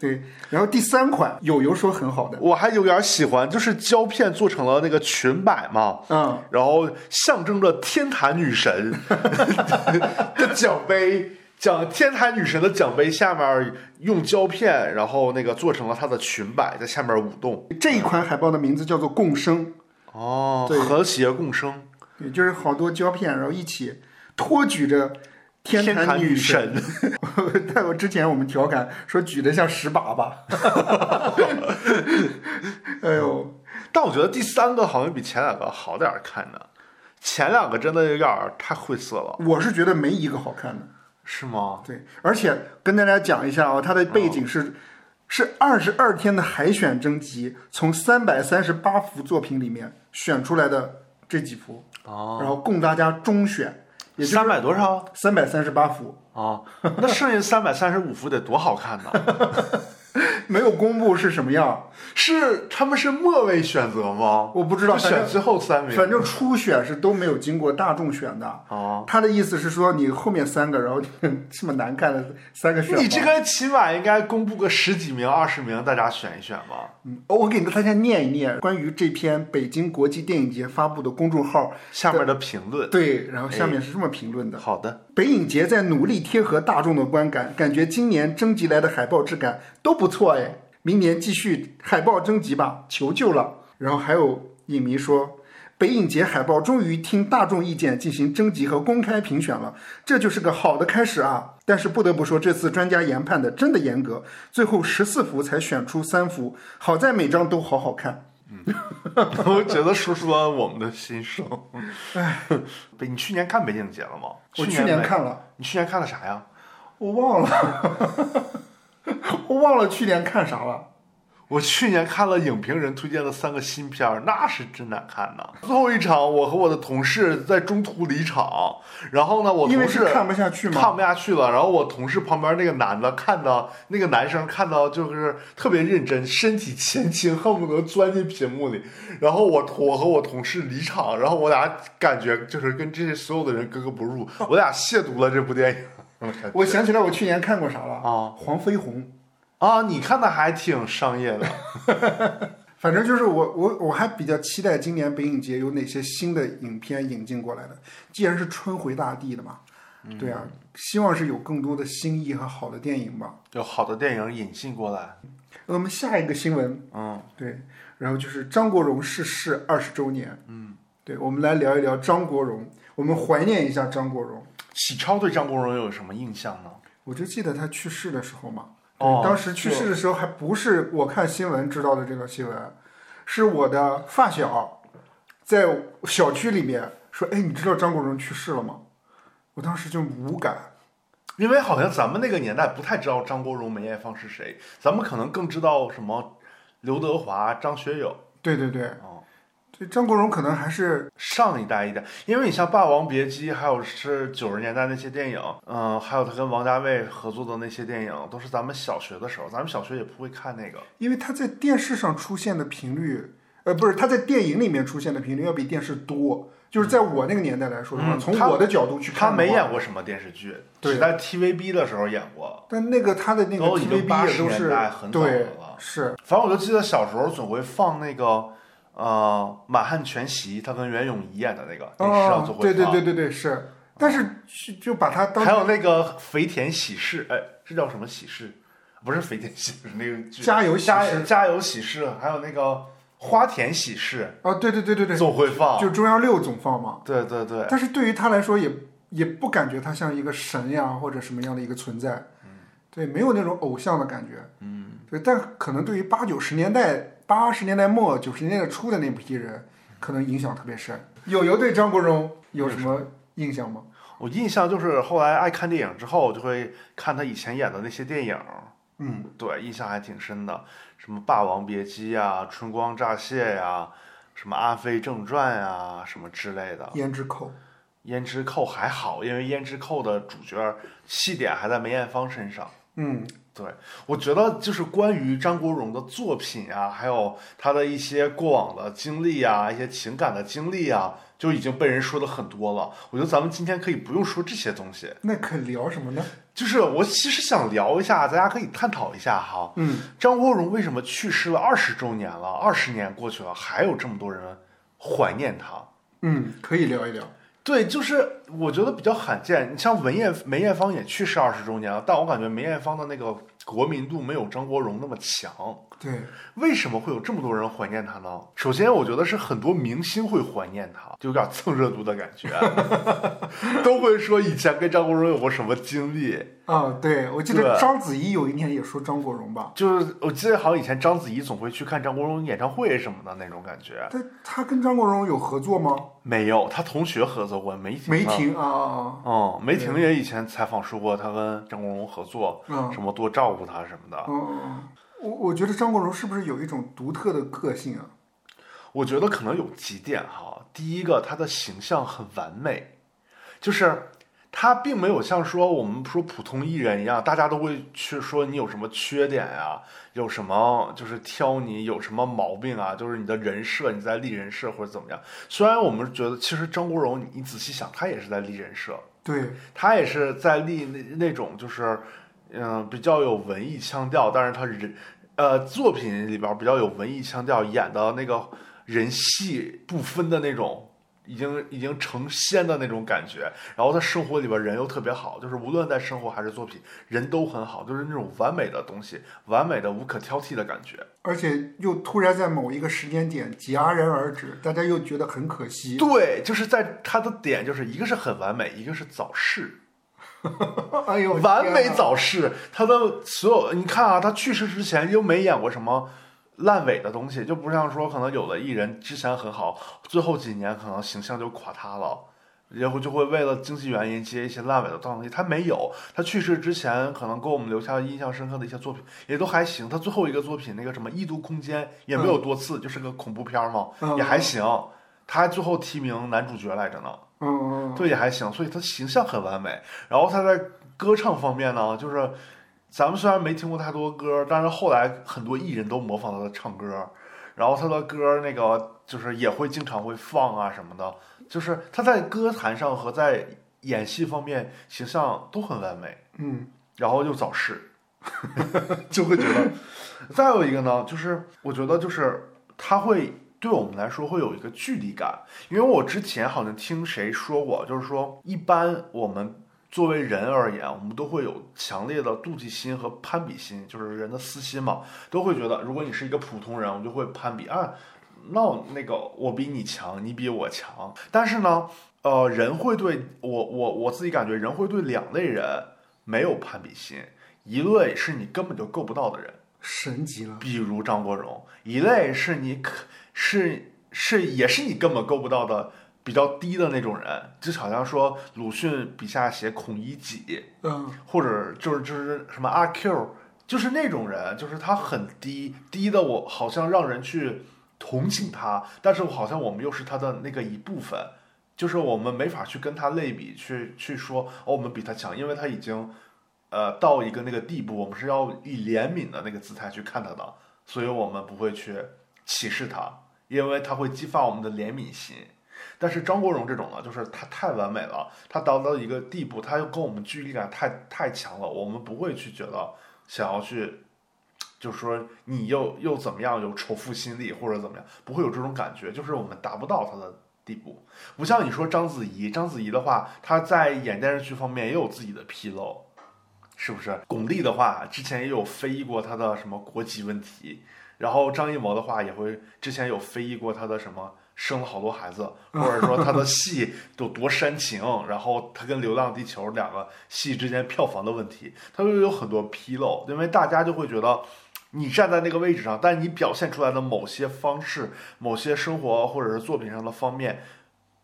对，然后第三款友友说很好的，
我还有点喜欢，就是胶片做成了那个裙摆嘛，
嗯，
然后象征着天坛女神
*laughs*
的奖杯，奖天坛女神的奖杯下面用胶片，然后那个做成了她的裙摆，在下面舞动。
这一款海报的名字叫做《共生》，
哦
对
和谐共生，
也就是好多胶片，然后一起托举着天坛
坛
女神。
神，
*laughs* 但我之前我们调侃说举得像石粑粑， *laughs* 哎呦，
但我觉得第三个好像比前两个好点儿看着，前两个真的有点儿太晦涩了，
我是觉得没一个好看的。
是吗？
对，而且跟大家讲一下啊、它的背景是、
哦
是二十二天的海选征集，从三百三十八幅作品里面选出来的这几幅，
哦，
然后供大家中选，也就
三百多少？
三百三十八幅，
*laughs* 啊，那剩下三百三十五幅得多好看呢？
*laughs* 没有公布是什么样，
是他们是末位选择吗？
我不知道，
就
反
选
正
最后三名。
反正初选是都没有经过大众选的。
啊，
他的意思是说，你后面三个，然后 *laughs* 这么难看的三个选吗，
你这个起码应该公布个十几名、二十名，大家选一选吧。
嗯，哦我给大家念一念关于这篇北京国际电影节发布的公众号，
下面的评论。
对，然后下面是这么评论的：
好的，
北影节在努力贴合大众的观感，感觉今年征集来的海报质感都不错哎，明年继续海报征集吧，求救了。然后还有影迷说。北影节海报终于听大众意见进行征集和公开评选了，这就是个好的开始啊！但是不得不说，这次专家研判的真的严格，最后十四幅才选出三幅，好在每张都好好看。
我觉得说出了我们的心声。哎，你去年看 *laughs* 北影节了吗？
我去
去
年
没，
看了，
你去年看的啥呀？
我忘了， *laughs* 我忘了去年看啥了。
我去年看了影评人推荐的三个新片儿，那是真难看呐。最后一场，我和我的同事在中途离场，然后呢，我
因为
同
是
事
看不下去嘛。
看不下去了，然后我同事旁边那个男的看到那个男生看到就是特别认真，身体前倾，恨不得钻进屏幕里。然后我同我和我同事离场，然后我俩感觉就是跟这些所有的人格格不入，我俩亵渎了这部电影。
我想起来我去年看过啥了
啊
黄飞鸿。
啊，你看的还挺商业的，
反正就是我我我还比较期待今年北影节有哪些新的影片引进过来的。既然是春回大地的嘛，
嗯
对啊，希望是有更多的新意和好的电影吧。
有好的电影引进过来。
我们下一个新闻，
嗯，
对，然后就是张国荣逝世二十周年，嗯，对，我们来聊一聊张国荣，我们怀念一下张国荣。
启超对张国荣有什么印象呢？
我就记得他去世的时候嘛，对
哦
当时去世的时候还不是我看新闻知道的这个新闻，是我的发小在小区里面说：“哎，你知道张国荣去世了吗？”我当时就无感，
因为好像咱们那个年代不太知道张国荣、梅艳芳是谁，咱们可能更知道什么刘德华、张学友。
对对对，
哦
对张国荣可能还是
上一代一代，因为你像《霸王别姬》，还有是九十年代那些电影，嗯、还有他跟王家卫合作的那些电影，都是咱们小学的时候，咱们小学也不会看那个。
因为他在电视上出现的频率，呃，不是他在电影里面出现的频率要比电视多，就是在我那个年代来说的话，
嗯
从
他
我的角度去看
他
的
没
话
演过什么电视剧，
对
只在 TVB 的时候演过。
但那个他的那个
都已经
TVB 也都
80年
是
代很早
对
了
是。
反正我就记得小时候总会放那个，呃，《满汉全席》，他跟袁咏仪演的那个，电视上总
哦，
会
对
放。嗯
对对对对是，但是是就把它当
还有
成
那个肥田喜事，哎，是叫什么喜事？不是肥田喜事，那个剧
加油喜
加
事
加油喜事，还有那个花田喜事
啊，对对对对对，
总会放。
就中央六总放嘛。
对对对，
但是对于他来说也，也不感觉他像一个神呀或者什么样的一个存在，
嗯
对，没有那种偶像的感觉，嗯，对。但可能对于八九十年代、八十年代末、九十年代初的那批人，可能影响特别深。友友对张国荣有什么印象吗？
我印象就是后来爱看电影之后，就会看他以前演的那些电影，
嗯，
对，印象还挺深的，什么《霸王别姬》呀，《春光乍泄》呀，什么《阿飞正传》呀，什么之类的。
胭脂扣，
胭脂扣还好，因为胭脂扣的主角戏点还在梅艳芳身上。
嗯，
对，我觉得就是关于张国荣的作品啊，还有他的一些过往的经历啊，一些情感的经历啊，就已经被人说的很多了。我觉得咱们今天可以不用说这些东西，
那可聊什么呢？
就是我其实想聊一下，大家可以探讨一下哈。
嗯，
张国荣为什么去世了二十周年了？二十年过去了，还有这么多人怀念他？
嗯，可以聊一聊。
对，就是我觉得比较罕见。你像文艳梅艳芳也去世二十周年了，但我感觉梅艳芳的那个国民度没有张国荣那么强。
对，
为什么会有这么多人怀念他呢？首先，我觉得是很多明星会怀念他，就有点蹭热度的感觉，
*laughs*
啊都会说以前跟张国荣有过什么经历。
啊，对，我记
对
得章子怡有一年也说张国荣吧，
就是我记得好像以前章子怡总会去看张国荣演唱会什么的那种感觉。
但他跟张国荣有合作吗？
没有，他同学合作过梅婷。
梅。婷啊啊
嗯，梅婷也以前采访说过，她跟张国荣合作，
啊，
什么多照顾他什么的。
嗯嗯嗯，我我觉得张国荣是不是有一种独特的个性啊？
我觉得可能有几点哈。第一个，他的形象很完美，就是他并没有像说我们说普通艺人一样，大家都会去说你有什么缺点呀、有什么就是挑你有什么毛病啊，就是你的人设你在立人设或者怎么样。虽然我们觉得其实张国荣，你你仔细想，他也是在立人设，
对，
他也是在立那那种就是，嗯、比较有文艺腔调，但是他人，呃，作品里边儿比较有文艺腔调，演的那个人戏不分的那种，已经已经成仙的那种感觉。然后他生活里边人又特别好，就是无论在生活还是作品，人都很好，就是那种完美的东西，完美的无可挑剔的感觉。
而且又突然在某一个时间点戛然而止，大家又觉得很可惜。
对，就是在他的点，就是一个是很完美，一个是早逝。
哎呦，
完美
天啊
早逝，他的所有你看啊，他去世之前又没演过什么烂尾的东西，就不像说可能有的艺人之前很好，最后几年可能形象就垮塌了。然后就会为了经济原因接一些烂尾的东西，他没有。他去世之前，可能给我们留下印象深刻的一些作品也都还行。他最后一个作品那个什么《异度空间》也没有多次，就是个恐怖片儿嘛，
嗯
也还行。他最后提名男主角来着呢。
嗯嗯，
对，也还行，所以他形象很完美。然后他在歌唱方面呢，就是咱们虽然没听过太多歌，但是后来很多艺人都模仿他的唱歌，然后他的歌那个就是也会经常会放啊什么的，就是他在歌坛上和在演戏方面形象都很完美，
嗯
然后又早逝， *laughs* 就会觉得。再有一个呢，就是我觉得就是他会对我们来说会有一个距离感，因为我之前好像听谁说过，就是说一般我们作为人而言，我们都会有强烈的妒忌心和攀比心，就是人的私心嘛，都会觉得如果你是一个普通人，我就会攀比啊，那我那个我比你强，你比我强。但是呢，呃，人会对我我我自己感觉人会对两类人没有攀比心，一类是你根本就够不到的人。
神级了。
比如张国荣，一类是你可是是也是你根本够不到的比较低的那种人，就好像说鲁迅笔下写孔乙己，
嗯
或者就是就是什么阿 Q，就是那种人，就是他很低低的我好像让人去同情他，但是我好像我们又是他的那个一部分。就是我们没法去跟他类比，去去说哦，我们比他强，因为他已经，呃，到一个那个地步，我们是要以怜悯的那个姿态去看他的，所以我们不会去歧视他，因为他会激发我们的怜悯心。但是张国荣这种呢，就是他太完美了，他达到一个地步，他又跟我们距离感太太强了，我们不会去觉得想要去，就是说你又又怎么样，有仇富心理或者怎么样，不会有这种感觉，就是我们达不到他的地步。不像你说章子怡，章子怡的话，她在演电视剧方面也有自己的纰漏，是不是？巩俐的话，之前也有非议过她的什么国籍问题，然后张艺谋的话也会之前有非议过她的什么生了好多孩子，或者说她的戏有多煽情，然后她跟《流浪地球》两个戏之间票房的问题，她就有很多纰漏，因为大家就会觉得。你站在那个位置上，但你表现出来的某些方式、某些生活啊或者是作品上的方面，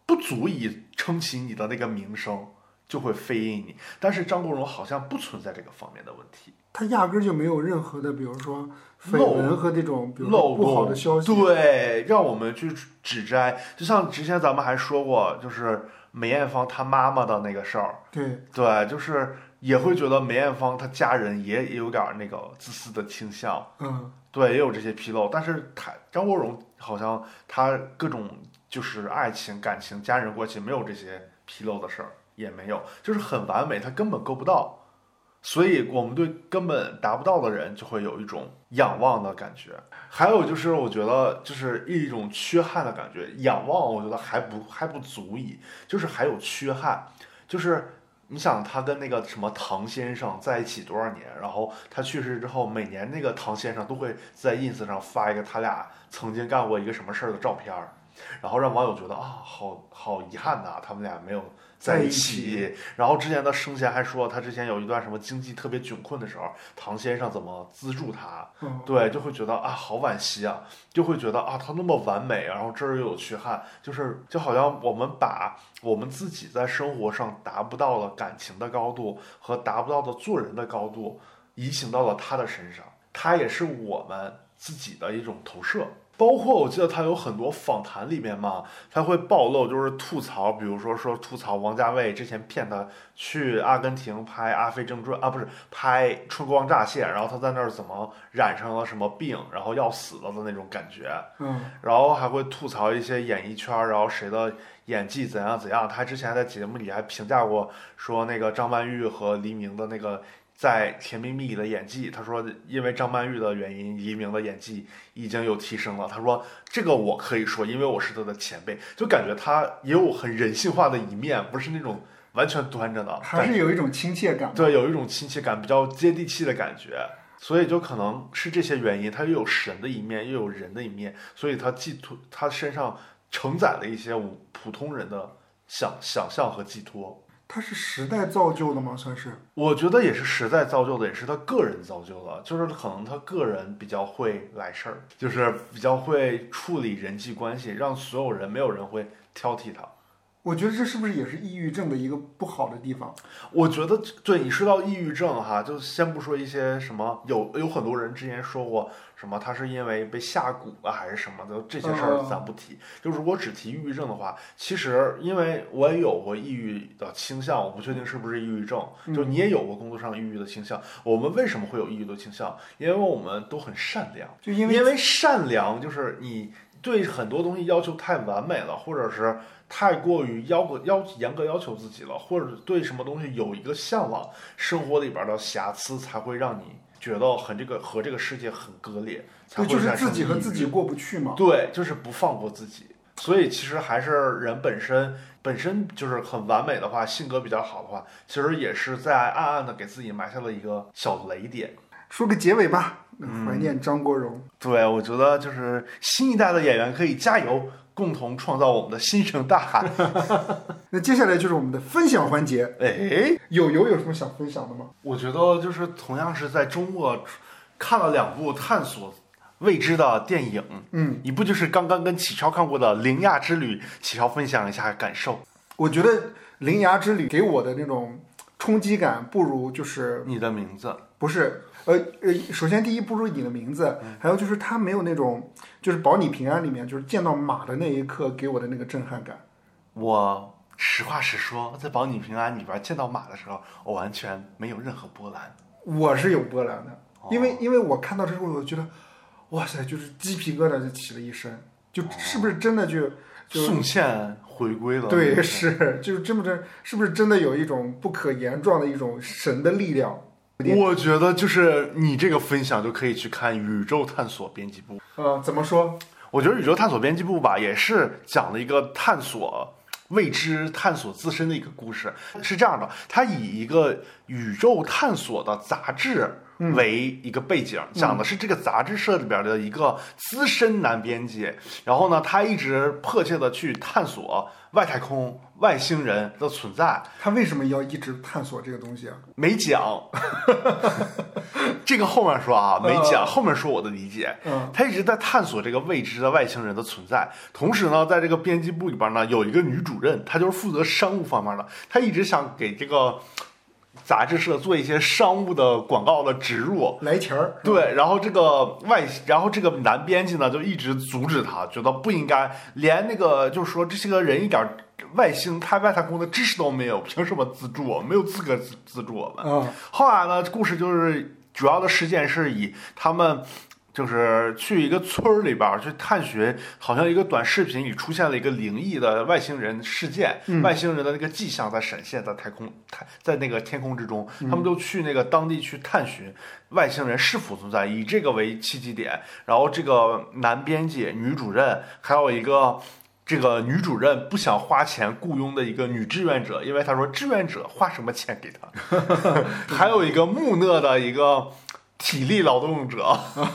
不足以撑起你的那个名声，就会非议你。但是张国荣好像不存在这个方面的问题，
他压根儿就没有任何的，比如说绯
漏
闻和这种，比如说
漏洞
不好的消息。
对，让我们去指摘。就像之前咱们还说过，就是梅艳芳她妈妈的那个事儿，
对
对，就是也会觉得梅艳芳她家人也也有点儿那个自私的倾向，
嗯，
对，也有这些纰漏。但是她张国荣好像他各种就是爱情、感情、家人关系没有这些纰漏的事儿，也没有，就是很完美，他根本够不到。所以我们对根本达不到的人就会有一种仰望的感觉，还有就是我觉得就是一种缺憾的感觉。仰望我觉得还不还不足以，就是还有缺憾，就是你想他跟那个什么唐先生在一起多少年，然后他去世之后，每年那个唐先生都会在 ins 上发一个嗯他俩曾经干过一个什么事儿的照片儿，然后让网友觉得啊，好好遗憾呐、他们俩没有在一
在
起。然后之前他生前还说，他之前有一段什么经济特别窘困的时候，唐先生怎么资助他，
嗯
对，就会觉得啊，好惋惜啊，就会觉得啊，他那么完美，然后这儿又有缺憾，就是就好像我们把我们自己在生活上达不到的感情的高度和达不到的做人的高度，移情到了他的身上，他也是我们自己的一种投射。包括我记得他有很多访谈里面嘛，他会暴露就是吐槽，比如说说吐槽王家卫之前骗他去阿根廷拍《阿飞正传》啊，不是拍《春光乍泄》，然后他在那儿怎么染上了什么病，然后要死了的那种感觉。
嗯
然后还会吐槽一些演艺圈儿，然后谁的演技怎样怎样。他之前在节目里还评价过，说那个张曼玉和黎明的那个在《甜蜜蜜》里的演技，他说因为张曼玉的原因，黎明的演技已经有提升了。他说这个我可以说，因为我是他的前辈，就感觉他也有很人性化的一面，不是那种完全端着的，
还是有一种亲切感。
对，有一种亲切感，比较接地气的感觉。所以就可能是这些原因，它又有神的一面，又有人的一面，所以它寄托，它身上承载了一些我普通人的想想象和寄托。
它是时代造就的吗？算是。
我觉得也是时代造就的，也是他个人造就的，就是可能他个人比较会来事儿，就是比较会处理人际关系，让所有人没有人会挑剔他。
我觉得这是不是也是抑郁症的一个不好的地方？
我觉得对你说到抑郁症哈，就先不说一些什么，有有很多人之前说过什么，他是因为被下蛊了还是什么的，这些事儿
嗯
咱不提。就如果只提抑郁症的话，其实因为我也有过抑郁的倾向，我不确定是不是抑郁症，
嗯
就你也有过工作上抑郁的倾向。我们为什么会有抑郁的倾向？因为我们都很善良。
就因为
因为善良就是你对很多东西要求太完美了，或者是太过于要个要严格要求自己了，或者对什么东西有一个向往，生活里边的瑕疵才会让你觉得很这个和这个世界很割裂，才
对，
会
就是
产生
自己和
抑郁
自己过不去嘛。
对，就是不放过自己。所以其实还是人本身本身就是很完美的话，性格比较好的话，其实也是在暗暗的给自己埋下了一个小雷点。
说个结尾吧，怀念张国荣。
对，我觉得就是新一代的演员可以加油，共同创造我们的新生 *laughs* 大海。
那接下来就是我们的分享环节，
哎，
友友有什么想分享的吗？
我觉得就是同样是在周末看了两部探索未知的电影，
嗯，
一部就是刚刚跟启超看过的《铃芽之旅》，启超分享一下感受，
我觉得《铃芽之旅》给我的那种冲击感，不如就是
你的名字，
不是呃呃，首先第一不如你的名字，还有就是它没有那种就是《保你平安》里面就是见到马的那一刻给我的那个震撼感。
我。实话实说，在《保你平安》里边见到马的时候，我完全没有任何波澜。
我是有波澜的，
哦
因为因为我看到之后，我觉得哇塞，就是鸡皮疙瘩就起了一身，
哦
就是不是真的就就
宋茜回归了，
对，是，就是这么着，是不是真的有一种不可言状的一种神的力量？
我觉得就是你这个分享就可以去看《宇宙探索编辑部》。
呃，怎么说？
我觉得《宇宙探索编辑部》吧，也是讲了一个探索未知、探索自身的一个故事。是这样的，它以一个宇宙探索的杂志。为一个背景，讲的是这个杂志社里边的一个资深男编辑，然后呢，他一直迫切的去探索外太空、外星人的存在，
他为什么要一直探索这个东西啊？
没讲， *laughs* 这个后面说啊，没讲，后面说我的理解。
嗯
他一直在探索这个未知的外星人的存在，同时呢，在这个编辑部里边呢，有一个女主任，她就是负责商务方面的，她一直想给这个杂志社做一些商务的广告的植入。
来钱儿，
对，然后这个外，然后这个男编辑呢就一直阻止他，觉得不应该，连那个就是说这些个人一点外星开外太空的知识都没有，凭什么资助我们？没有资格资资助我们。
嗯，
后来呢，故事就是主要的事件是以他们就是去一个村儿里边儿去探寻，好像一个短视频里出现了一个灵异的外星人事件，外星人的那个迹象在闪现在太空，太在那个天空之中，他们就去那个当地去探寻外星人是否存在，以这个为契机点，然后这个男编辑、女主任还有一个。这个女主任不想花钱雇佣的一个女志愿者，因为她说志愿者花什么钱给她，还有一个木讷的一个体力劳动者， *laughs*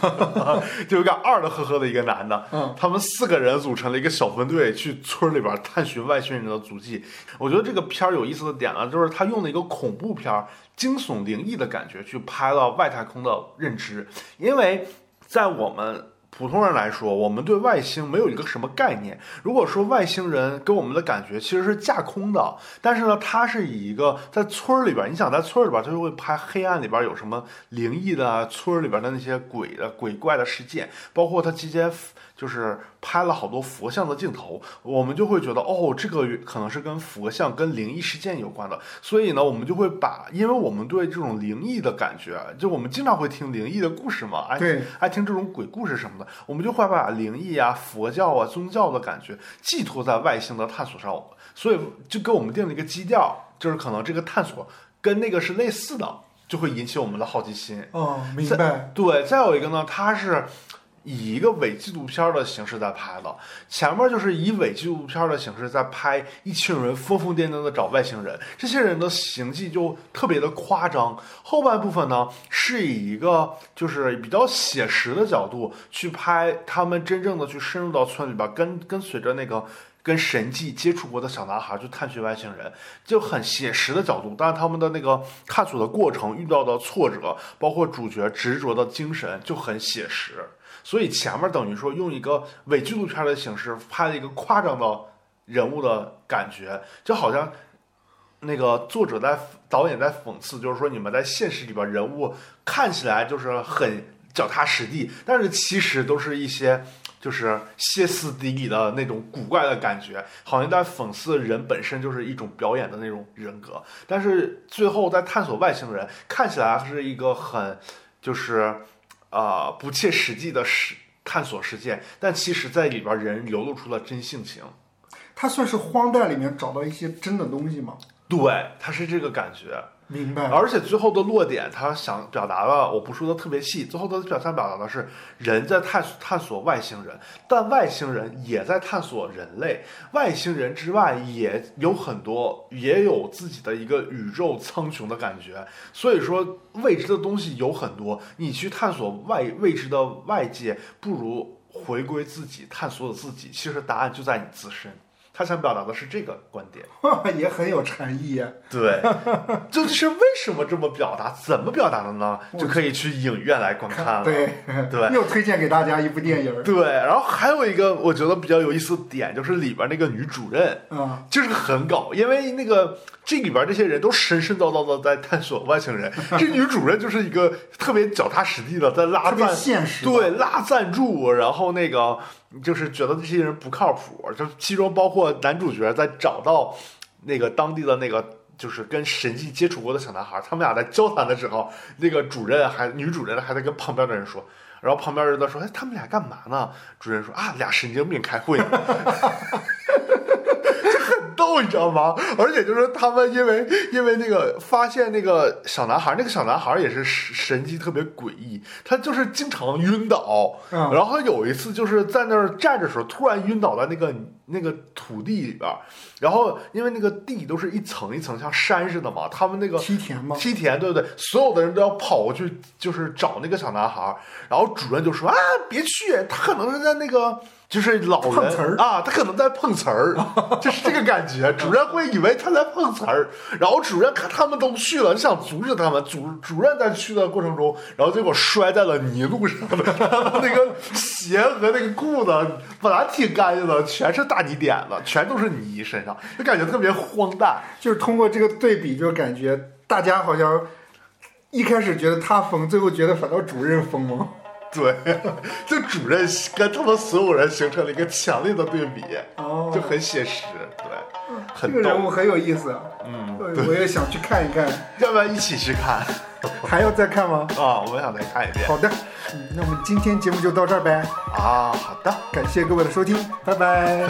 就有点二的呵呵的一个男的，
嗯
他们四个人组成了一个小分队，去村里边探寻外星人的足迹。我觉得这个片儿有意思的点呢、就是他用了一个恐怖片儿、惊悚灵异的感觉去拍了外太空的认知，因为在我们。普通人来说，我们对外星没有一个什么概念。如果说外星人给我们的感觉其实是架空的，但是呢，它是以一个在村儿里边儿，你想在村儿里边儿，它就会拍黑暗里边儿有什么灵异的啊村儿里边儿的那些鬼的鬼怪的事件，包括它期间 f- 就是拍了好多佛像的镜头，我们就会觉得哦，这个可能是跟佛像跟灵异事件有关的，所以呢，我们就会把，因为我们对这种灵异的感觉，就我们经常会听灵异的故事嘛，哎，
对，
爱听这种鬼故事什么的，我们就会把灵异啊、佛教啊、宗教的感觉寄托在外星的探索上，所以就给我们定了一个基调，就是可能这个探索跟那个是类似的，就会引起我们的好奇心。
哦，明白，
对，再有一个呢，它是以一个伪纪录片的形式在拍的，前面就是以伪纪录片的形式在拍一群人疯疯癫癫的找外星人，这些人的行迹就特别的夸张。后半部分呢，是以一个就是比较写实的角度去拍他们真正的去深入到村里边，跟跟随着那个。跟神迹接触过的小男孩去探寻外星人，就很写实的角度，但是他们的那个探索的过程遇到的挫折，包括主角执着的精神就很写实。所以前面等于说用一个伪纪录片的形式拍了一个夸张的人物的感觉，就好像那个作者在导演在讽刺，就是说你们在现实里边人物看起来就是很脚踏实地，但是其实都是一些就是歇斯底里的那种古怪的感觉，好像在讽刺人本身就是一种表演的那种人格。但是最后在探索外星人，看起来是一个很就是啊、不切实际的实探索事件，但其实在里边人流露出了真性情。
他算是荒诞里面找到一些真的东西吗？
对，它是这个感觉。
明白，
而且最后的落点，他想表达的，我不说的特别细，最后的表现表达的是人在探索探索外星人，但外星人也在探索人类。外星人之外也有很多，也有自己的一个宇宙苍穹的感觉。所以说，未知的东西有很多，你去探索外未知的外界，不如回归自己，探索自己。其实答案就在你自身。他想表达的是这个观点。
*laughs* 也很有禅意啊呀。
*laughs* 对，究竟是为什么这么表达？怎么表达的呢？就可以去影院来观看了。
对，
对
又推荐给大家一部电影儿，
对，然后还有一个我觉得比较有意思的点，就是里边那个女主任，
啊，
就是很搞，因为那个这里边这些人都神神叨叨的在探索外星人，这女主任就是一个特别脚踏实地的在拉
特别
赞
现实，，
对，拉赞助，然后那个就是觉得这些人不靠谱，就其中包括男主角在找到那个当地的那个。就是跟神迹接触过的小男孩，他们俩在交谈的时候，那个主任还女主任还在跟旁边的人说，然后旁边人都说：“哎，他们俩干嘛呢？”主任说：“啊，俩神经病开会呢。”就很逗，你知道吗？而且就是他们因为因为那个发现那个小男孩，那个小男孩也是神神迹特别诡异，他就是经常晕倒，
嗯，
然后有一次就是在那儿站着的时候，突然晕倒在那个那个土地里边儿，然后因为那个地都是一层一层像山似的嘛，他们那个
梯田吗？
梯田，对不对？所有的人都要跑过去，就是找那个小男孩儿。然后主任就说：“啊，别去，他可能是在那个，就是老人
碰瓷儿
啊，他可能在碰瓷儿，就是这个感觉。主任会以为他在碰瓷儿，然后主任看他们都去了，就想阻止他们。主主任在去的过程中，然后结果摔在了泥路上，他那个鞋和那个裤子本来挺干净的，全是大泥点子，全都是泥身上，就感觉特别荒诞。”
就是通过这个对比，就感觉大家好像一开始觉得他疯，最后觉得反倒主任疯了。
*laughs* 对，这主任跟他们所有人形成了一个强烈的对比，
哦
就很写实，对，
嗯这
很
个人
逗。
物很有意思，嗯，我也想去看一看，
要不要一起去看？
还要再看吗？
啊，我们想再看一遍。
好的，嗯那我们今天节目就到这儿呗，
啊，好的。
感谢各位的收听，拜拜。